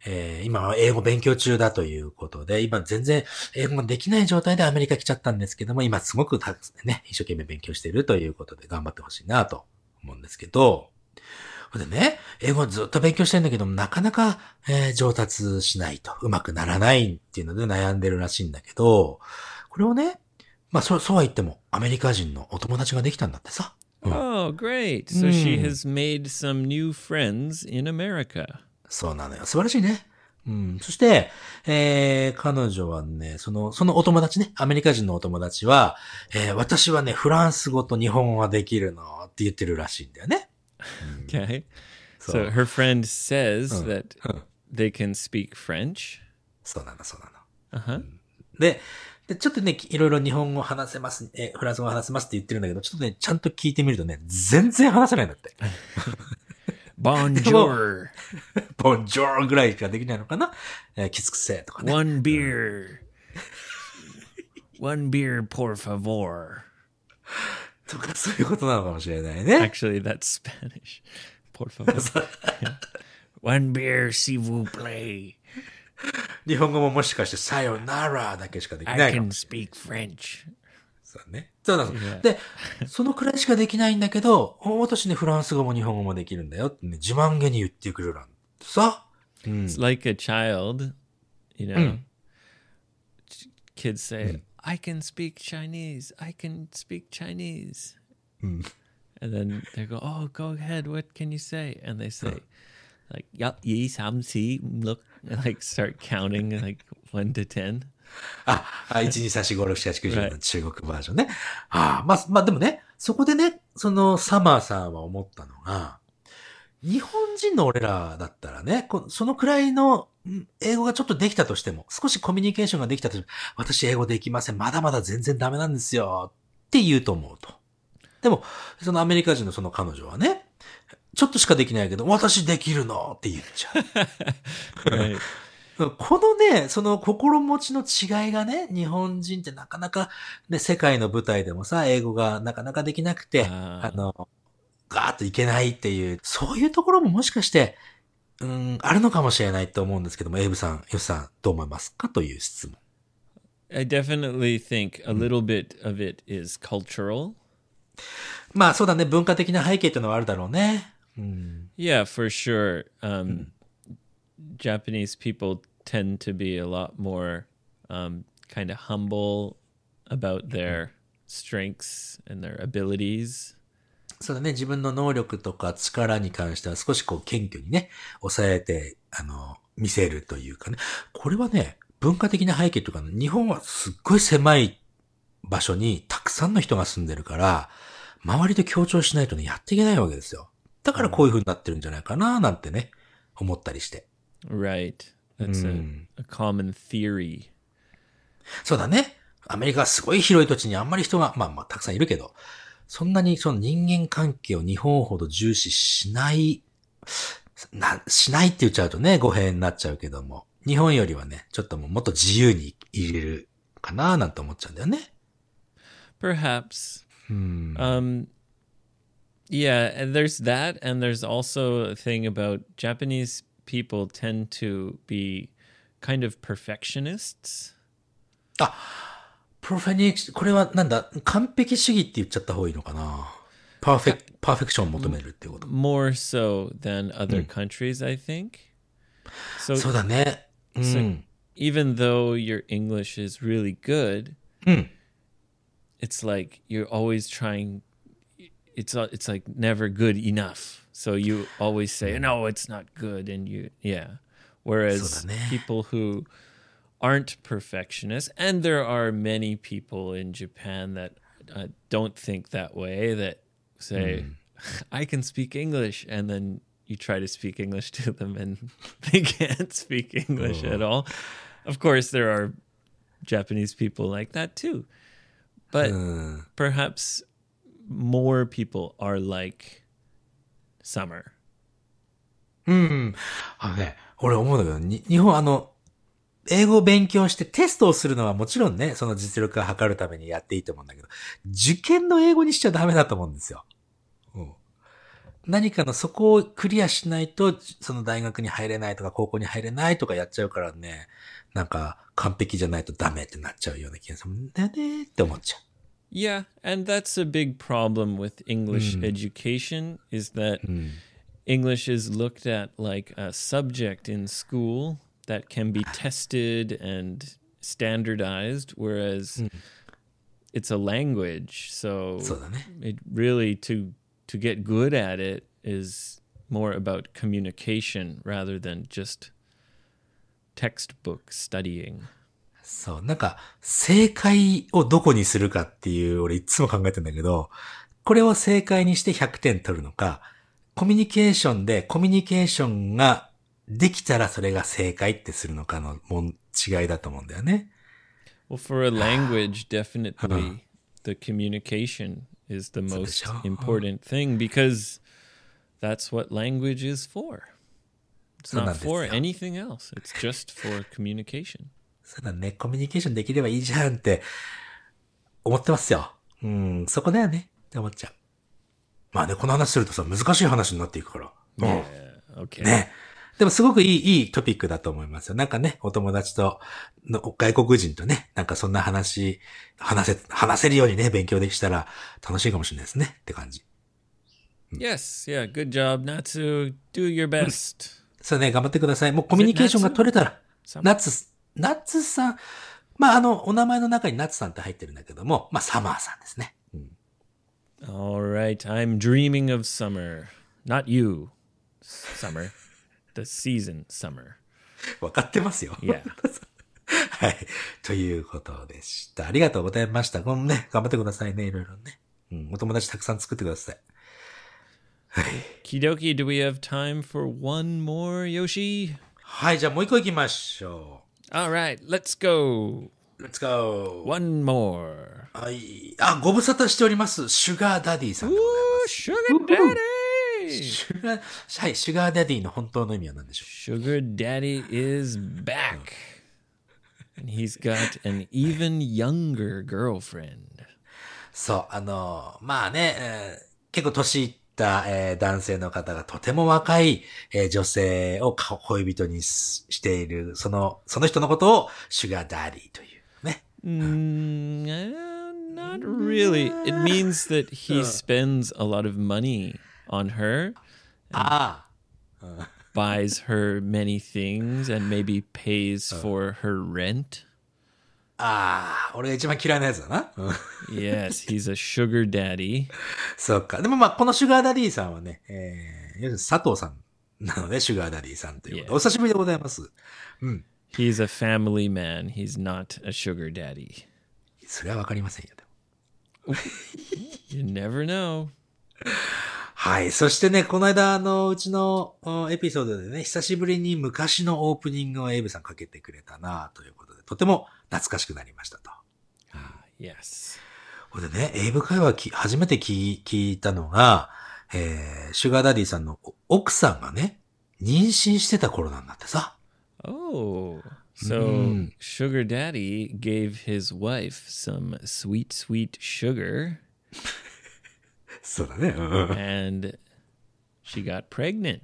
A: えー、今は英語勉強中だということで、今全然英語ができない状態でアメリカ来ちゃったんですけども、今すごくたくさんね、一生懸命勉強しているということで頑張ってほしいなと思うんですけど、ほんでね、英語ずっと勉強してるんだけども、なかなか、えー上達しないと、うまくならないっていうので悩んでるらしいんだけど、これをね、まあ、そう、そうは言っても、アメリカ人のお友達ができたんだってさ。
B: Oh, Hmm. great. So she has made some new friends in America.
A: そうなのよ。素晴らしいね。うん。そして、えー、彼女はね、その、そのお友達ね、アメリカ人のお友達は、えー、私はね、フランス語と日本語ができるのって言ってるらしいんだよね。
B: Okay. So,
A: So-
B: her friend says that they can speak French.
A: そうなの、そうなの。
B: Uh huh.
A: で、で、ちょっとね、いろいろ日本語話せます、えーフランス語話せますって言ってるんだけど、ちょっとね、ちゃんと聞いてみるとね、全然話せないんだって。
B: Bonjour.
A: ボンジョーぐらいしかできないのかなえー、きつくせえとかね。
B: One beer. One beer, por favor.
A: とか、そういうことなのかもしれないね。
B: Actually, that's Spanish. Por favor. Yeah. One beer, si vous plaît.
A: 日本語ももしかして、さよならだけしかでき
B: I
A: ないかも
B: can speak French.
A: そうね。そうなの。で、そのくらいしかできないんだけど、お私ね、フランス語も日本語もできるんだよってね、自慢げに言ってくれるなんてさ。
B: It's like a child, you know. Ch- Kids say, "I can speak Chinese. I can speak Chinese." And then they go, "Oh, go ahead. What can you say?" And they say, "Like yup, yi sam si look." And like start counting like one to ten.
A: あ、あ1、2、3、4、5、6、7、8、9、10の中国バージョンね。ああ、まあ、まあでもね、そこでね、そのサマーさんは思ったのが、日本人の俺らだったらね、こそのくらいのん英語がちょっとできたとしても、少しコミュニケーションができたとしても、私英語できません。まだまだ全然ダメなんですよ。って言うと思うと。でも、そのアメリカ人のその彼女はね、ちょっとしかできないけど、私できるのって言っちゃう。
B: Right.
A: このね、その心持ちの違いがね、日本人ってなかなか、ね、世界の舞台でもさ、英語がなかなかできなくて、
B: あ
A: あ
B: ー
A: の、ガーッといけないっていう、そういうところももしかして、うん、あるのかもしれないと思うんですけども、エイブさん、ヨシさん、どう思いますかという質問。
B: I definitely think a little bit of it is cultural.
A: まあそうだね、文化的な背景ってのはあるだろうね。うん、
B: Yeah, for sure. Um, Japanese people tend to be a lot more um, kind of humble about their strengths and their abilities.
A: そうだね、自分の能力とか力に関しては少しこう謙虚にね、抑えて、あの、見せるというかね。これはね、文化的な背景というか、日本はすっごい狭い場所にたくさんの人が住んでるから、周りと協調しないとね、やっていけないわけですよ。だからこういう風になってるんじゃないかな、なんてね、思ったりして。
B: Right. That's a, a common theory.
A: そうだね。アメリカはすごい広い土地にあんまり人が、まあまあたくさんいるけど、そんなにその人間関係を日本ほど重視しない、な、しないって言っちゃうとね、語弊になっちゃうけども、日本よりはね、ちょっともうもっと自由に入れるかななんて思っちゃうんだよね。
B: Perhaps.
A: うん。
B: Um, yeah, and there's that, and there's also a thing about Japanese people tend to be kind of perfectionists.
A: プロフェニックス、これはなんだ、完璧主義って言っちゃった方がいいのかな。パーフェク、パーフェクションを求めるっていうこと。
B: more so than other countries, I think. So
A: そうだね。うん。
B: even though your English is really good,
A: Mm.
B: it's like you're always trying. it's uh, it's like never good enough. So you always say no, it's not good, and you yeah. Whereas
A: そうだね。
B: people who aren't perfectionists, and there are many people in Japan that uh, don't think that way. That say, "I can speak English," and then you try to speak English to them, and they can't speak English at all. Of course, there are Japanese people like that too, but
A: うん。
B: perhaps more people are like Summer.
A: うん。あのね、俺思うんだけど、に日本あの、英語を勉強してテストをするのはもちろんね、その実力を測るためにやっていいと思うんだけど、受験の英語にしちゃダメだと思うんですよ。うん何かのそこをクリアしないと、その大学に入れないとか高校に入れないとかやっちゃうからね、なんか完璧じゃないとダメってなっちゃうような気がするんだよねって思っちゃ
B: Yeah, and that's a big problem with English education is that
A: う。うん。
B: English is looked at like a subject in school that can be tested and standardized, whereas it's a language. So
A: そうだね。
B: it really to to get good at it is more about communication rather than just textbook studying.
A: そう、なんか、正解をどこにするかっていう、俺いつも考えてんだけど、これを正解にして100点取るのか、コミュニケーションで、コミュニケーションができたらそれが正解ってするのかのもん違いだと思うんだよね。
B: Well, for a language, definitely the communication is the most
A: show.
B: important thing because that's what language is for. It's
A: So
B: not
A: that's
B: for
A: it.
B: anything else. It's just for communication.
A: そうだね、コミュニケーションできればいいじゃんって思ってますよ。うん、そこだよねって思っちゃう。まあね、この話するとさ、難しい話になっていくから。うん。
B: Okay.
A: ね。でもすごくいい、いいトピックだと思いますよ。なんかね、お友達と、の外国人とね、なんかそんな話、話せ、話せるようにね、勉強できたら楽しいかもしれないですね。って感じ。
B: Yes. Yeah. Good job, Natsu. Do your best.
A: そうね、頑張ってください。もうコミュニケーションが取れたら、
B: Sam-
A: ナッツ、ナッツさん、まあ、あの、お名前の中にナッツさんって入ってるんだけども、まあ、サマーさんですね。うん、
B: All right. I'm dreaming of summer. Not you, summer. the season, summer.
A: わかってますよ。
B: Yeah.
A: はい。ということでした。ありがとうございました。このね、頑張ってくださいね、いろいろね。うん、お友達たくさん作ってください。
B: Kidoki, do we have time for one more, Yoshi?
A: はい、じゃあもう一個行きましょ
B: All right, let's go.
A: う。Let's go!
B: One more.
A: はい。あ、ご無沙汰しております。シュガーダディさんでござい
B: Ooh, Oh, sugar daddy.
A: ます。シュガー、はい、シュガーダディの本当の意味は何でしょ
B: Sugar daddy is back. And he's got an even younger girlfriend.
A: うそう、あの、まあね、えー結構年いった、えー男性の方がとても若い、えー女性をか恋人にししている、その、その人のことをシュガーダディというね。
B: Mm, uh, not really. It means that he spends a lot of money on her.
A: ああ、
B: buys her many things and maybe pays for her rent.
A: ああ、俺が一番嫌いなやつだな。うん
B: Yes, he's a sugar daddy.
A: そうか。でもまあ、このシュガーダディさんはね、えー、要するに佐藤さんなので、シュガーダディさんということで。
B: Yeah.
A: お久しぶりでございます。
B: He's a family man. He's not a sugar daddy.
A: それはわかりませんよ。でも
B: You never know.
A: はい。そしてね、この間、あの、うちのおエピソードでね、久しぶりに昔のオープニングをエイブさんかけてくれたなということで、とても懐かしくなりましたと。
B: Yes.
A: これでね、エイブ会話き初めて聞聞いたのが、えー、シュガーダディさんのお奥さんがね、妊娠してた頃なんだってさ。
B: Oh. So
A: Mm.
B: sugar daddy gave his wife some sweet sweet sugar
A: そうだね。うんうん
B: and she got pregnant.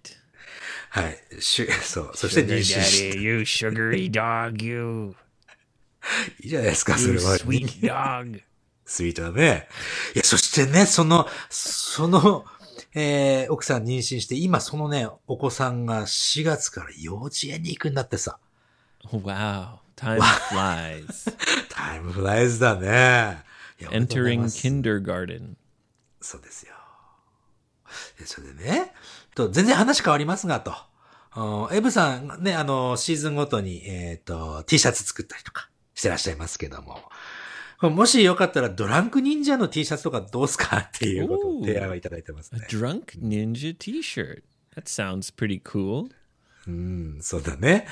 A: はい。シュ、そう。そして妊娠
B: Sugar
A: して
B: daddy, you sugary dog, you.
A: いいじゃないですか、それ
B: You
A: は。
B: sweet dog.
A: スイートだね。いや、そしてね、その、その、えー、奥さん妊娠して、今そのね、お子さんが4月から幼稚園に行くんだってさ。
B: Wow. Time flies.
A: タイムフライズだね。いやお
B: Entering
A: めでとうございます
B: kindergarten.
A: そうですよ。でそれでね、と全然話変わりますが、と。うんエブさんね、あの、シーズンごとに、えっ、と、T シャツ作ったりとかしてらっしゃいますけども。もしよかったら、ドランク忍者の T シャツとかどうすかっていうことを提案をいただいてます
B: A
A: ね。
B: drunk ninja t shirt. That sounds pretty cool.
A: うん、そうだね。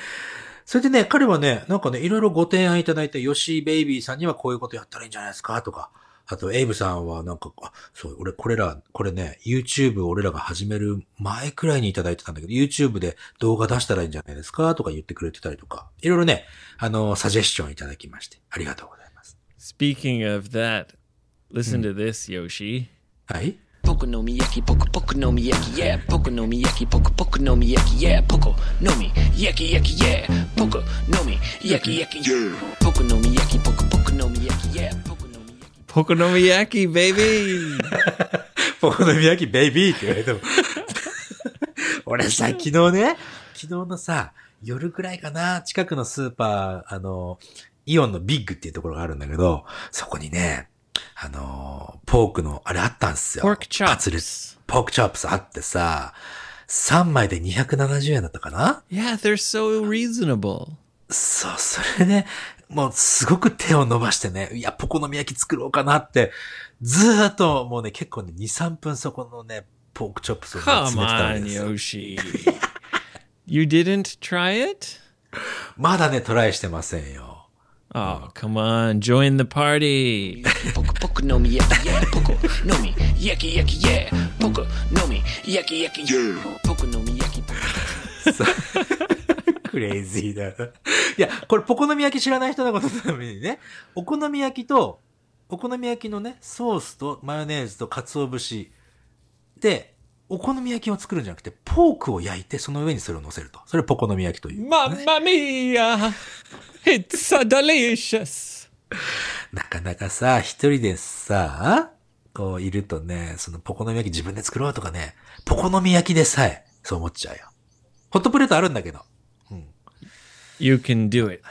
A: それでね、彼はね、なんかね、いろいろご提案いただいたヨシーベイビーさんにはこういうことやったらいいんじゃないですかとか、あとエイブさんはなんか、あ、そう、俺これら、これね、YouTube を俺らが始める前くらいにいただいてたんだけど、YouTube で動画出したらいいんじゃないですかとか言ってくれてたりとか、いろいろね、あの、サジェスションいただきまして、ありがとうございます。
B: Speaking of that, listen to this, Yoshi.
A: はい。
D: Pokonomiyaki, poko, pokonomiyaki, yeah. Pokonomiyaki, poko, pokonomiyaki, yeah. Pokonomi, yaki, yaki, yeah. Pokonomi, yaki, yaki, yeah. Pokonomiyaki, poko, pokonomiyaki, yeah. Pokonomiyaki.
B: Pokonomiyaki, baby!
A: お好み焼きベイビーって言われても。 俺さ、昨日ね、昨日のさ、夜くらいかな、近くのスーパー、あの、イオンのビッグっていうところがあるんだけど、そこにね、あの、ポークの、あれあったんすよ。
B: Pork
A: カツレ
B: chops.
A: ポークチョップスあってさ、3枚で270円だったかな
B: Yeah, they're so reasonable.
A: そう、それね、もうすごく手を伸ばしてね、いや、ポコのみ焼き作ろうかなって、ずーっともうね、結構ね、2、3分そこのね、ポークチョップスをね
B: Come
A: 詰めてたん
B: on,
A: ですよ。
B: Yoshi. you didn't try it?
A: まだね、トライしてませんよ。
B: Oh, come on, join the party.
D: Poko, pokonomiyaki, yeah. Pokonomi, yaki, yaki, yeah. Pokonomi, yaki, yaki, yeah. Pokonomiyaki, poko-
A: クレイジーだな。いや、これ、ポコのみ焼き知らない人のことのためにね、お好み焼きと、お好み焼きのね、ソースとマヨネーズと鰹節で、お好み焼きを作るんじゃなくて、ポークを焼いて、その上にそれを乗せると。それをポコのみ焼きという。
B: Mamma mia! It's so delicious!
A: なかなかさ、一人でさ、こういるとね、そのポコのみ焼き自分で作ろうとかね、ポコのみ焼きでさえ、そう思っちゃうよ。ホットプレートあるんだけど、
B: You can do it.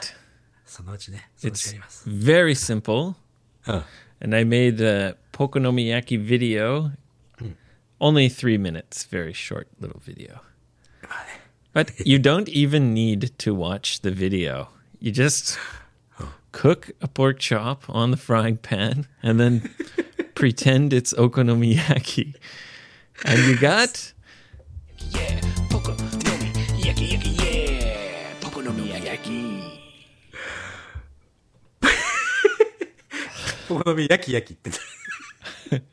A: そのうちね、そのうちや
B: It's
A: ります。
B: very simple.
A: うん。
B: And I made a Pokonomiyaki video. Only three minutes, very short little video. But you don't even need to watch the video. You just cook a pork chop on the frying pan and then pretend it's okonomiyaki. And you got
D: yeah. Pokonomi, yaki, yaki, yeah. Pokonomiyaki.
A: ポコのみ焼き焼きって。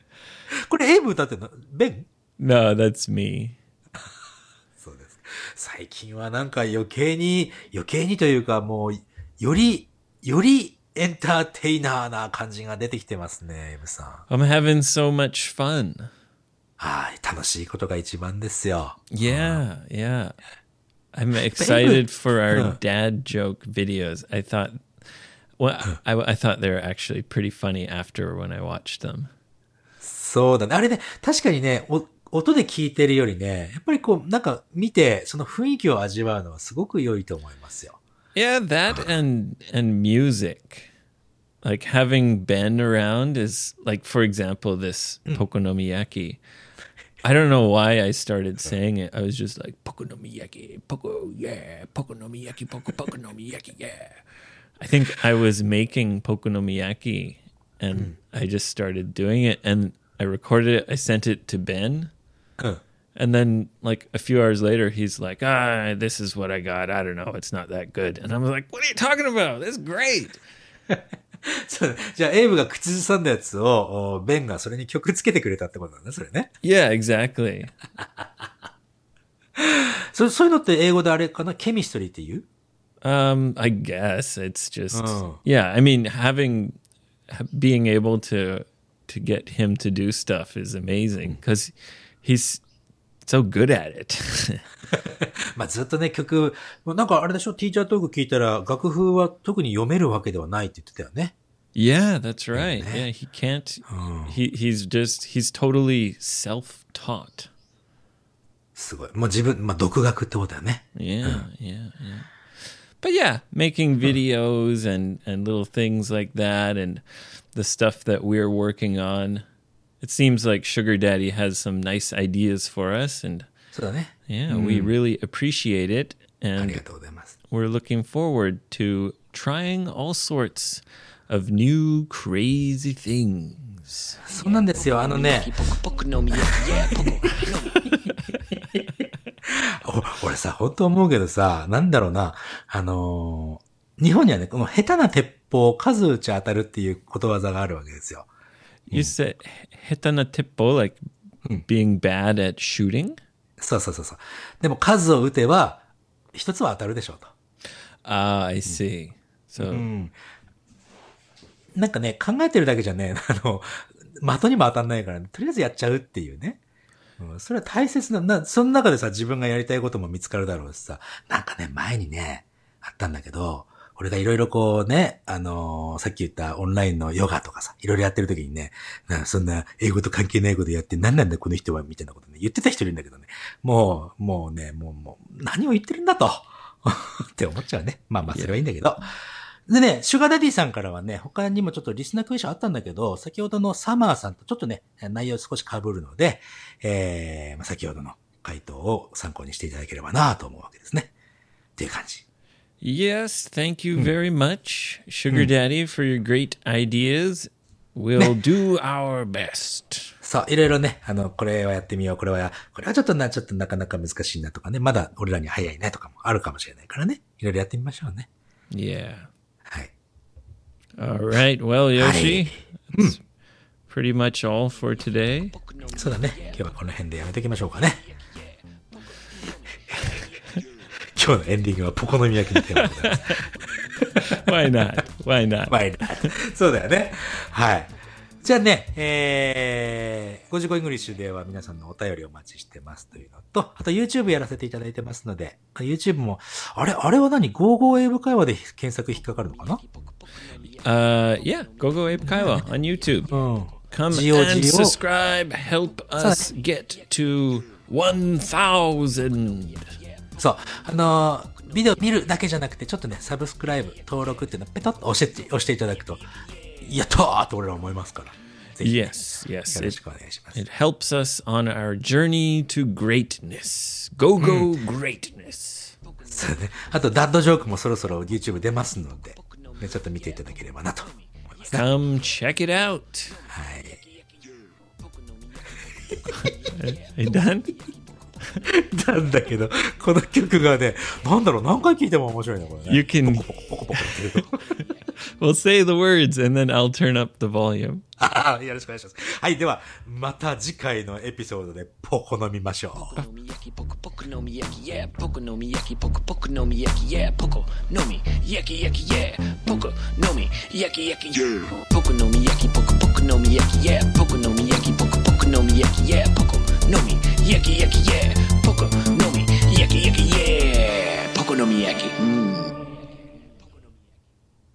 A: これエイブ歌ってんのベン
B: no, that's me.
A: そうです。最近はなんか余計に、余計にというかもう、より、よりエンターテイナーな感じが出てきてますね、エイブさん。
B: I'm having so much fun.
A: はい、楽しいことが一番ですよ。
B: Yeah, yeah. I'm excited for our dad joke videos. I thought, well, I, I thought they were actually pretty funny after when I watched them.
A: そうだね。あれね、確かにね、お音で聞いてるよりね、やっぱりこう、なんか見て、その雰囲気を味わうのはすごく良いと思いますよ。
B: Yeah, that and and music. Like having been around is like for example this Pokonomiyaki. I don't know why I started saying it. I was just like Pokonomiyaki, Poko yeah, Pokonomiyaki, Poko Pokonomiyaki, yeah. I think I was making Pokonomiyaki and I just started doing it and I recorded it, I sent it to Ben. And then, like a few hours later, he's like, "Ah, this is what I got. I don't know. It's not that good." And I'm like, "What are you talking about? This is great."
A: そうじゃあ、エイブが口ずさんだやつを、おベンがそれに曲つけてくれたってことなんだね、それね。
B: Yeah, exactly.
A: そそういうのって英語であれかなケミストリーって言う
B: Um, I guess it's just
A: Oh.
B: yeah. I mean, having ha- being able to to get him to do stuff is amazing because he's so good at it.
A: まあ、ずっとね、曲、もうなんかあれでしょティーチャートーク聞いたら、楽譜は特に読めるわけではないって言ってたよね。
B: yeah, that's right. Yeah, he can't. He he's just he's totally self taught.
A: すごい。もう自分、まあ、独学ってことだよね。
B: Yeah, yeah, yeah. But yeah, making videos and and little things like that, and the stuff that we're working on It seems like Sugar Daddy has some nice ideas for us, and
A: そうだね。
B: yeah, we really appreciate it.
A: あり
B: And
A: がとうございます。
B: we're looking forward to trying all sorts of new crazy things.
A: そうなんですよ。あのね、
D: 僕のみやきや僕
A: お俺さ、本当思うけどさ、なんだろうな、あのー日本にはね、この下手な鉄砲を数打ち当たるっていうことわざがあるわけですよ。
B: You said hetana tippo, like being bad at shooting.
A: そうそうそうそう。でも数を打てば、一つは当たるでしょうと。
B: Ah, I see. So
A: なんかね、考え てるだけじゃね、あの、的にも当たんないから、とりあえずやっちゃうっていうね。うん、それは大切な、な、その中でさ、自分がやりたいことも見つかるだろうしさ、なんかね、前にね、あったんだけど、俺がいろいろこうね、あのーさっき言ったオンラインのヨガとかさ、いろいろやってる時にね、なそんな英語と関係ないことやって何なんだこの人は、みたいなことね、言ってた人いるんだけどね、もう、もうね、もう、もう、何を言ってるんだと、 って思っちゃうね。まあまあ、それはいいんだけど。でね、シュガーダディさんからはね、他にもちょっとリスナークエッションあったんだけど、先ほどのサマーさんとちょっとね、内容少し被るので、えー、まあ先ほどの回答を参考にしていただければなと思うわけですね。っていう感じ。
B: Yes, thank you very much, Sugar Daddy, for your great ideas. We'll do our best.
A: そう、いろいろね、あの、これはやってみよう、これはや、これはちょっとな、ちょっとなかなか難しいなとかね、まだ俺らに早いなとかもあるかもしれないからね、いろいろやってみましょうね。
B: Yeah.
A: はい。
B: All right. Well, Yoshi, that's pretty much all for today.
A: そうだね、今日はこの辺でやめときましょうかね。 今日のエンディングはポコのみ焼きのテーマでございます。
B: Why not? Why not?
A: まいな そうだよね。はい。じゃあね、えー、55イングリッシュでは皆さんのお便りお待ちしてますというのと、あと YouTube やらせていただいてますので、YouTube も、あれ、あれは何 ?55 英語会話で検索引っかかるのかな
B: Uh, yeah, go go Ape Kaiwa on YouTube.
A: うん。
B: Come
A: Geo,
B: and
A: Geo.
B: subscribe. Help us get to 1,000.
A: そう。あのービデオ見るだけじゃなくて、ちょっとね、サブスクライブ、登録っていうのペトッと押して、押していただくと、やったーと俺ら思いますから。ぜひ、
B: Yes, yes.
A: よろ
B: It,
A: しくお願いします。
B: it helps us on our journey to greatness. Go go greatness.
A: そうね。あと、ダッドジョークもそろそろ YouTube 出ますので、ね、ちょっと見ていただければなと思いますね。
B: Come check it out.
A: はい。
B: Are you done?
A: なんだけど、この曲がね、なんだろう、何回聴いても面白いな、これ
B: You
A: ね。
B: can
A: ポコポコポコっていう
B: well say the words and then I'll turn up the volume.
A: あ あよろしくお願いします。はい、では、また次回のエピソードでポコ飲みましょう。
D: のみやき僕僕のみやき yeah 僕のみやき僕僕のみやき yeah 僕のみやきやき yeah 僕のみやきやき yeah 僕のみやき僕僕のみやき yeah 僕のみやき僕僕のみやき yeah 僕のみやきやき yeah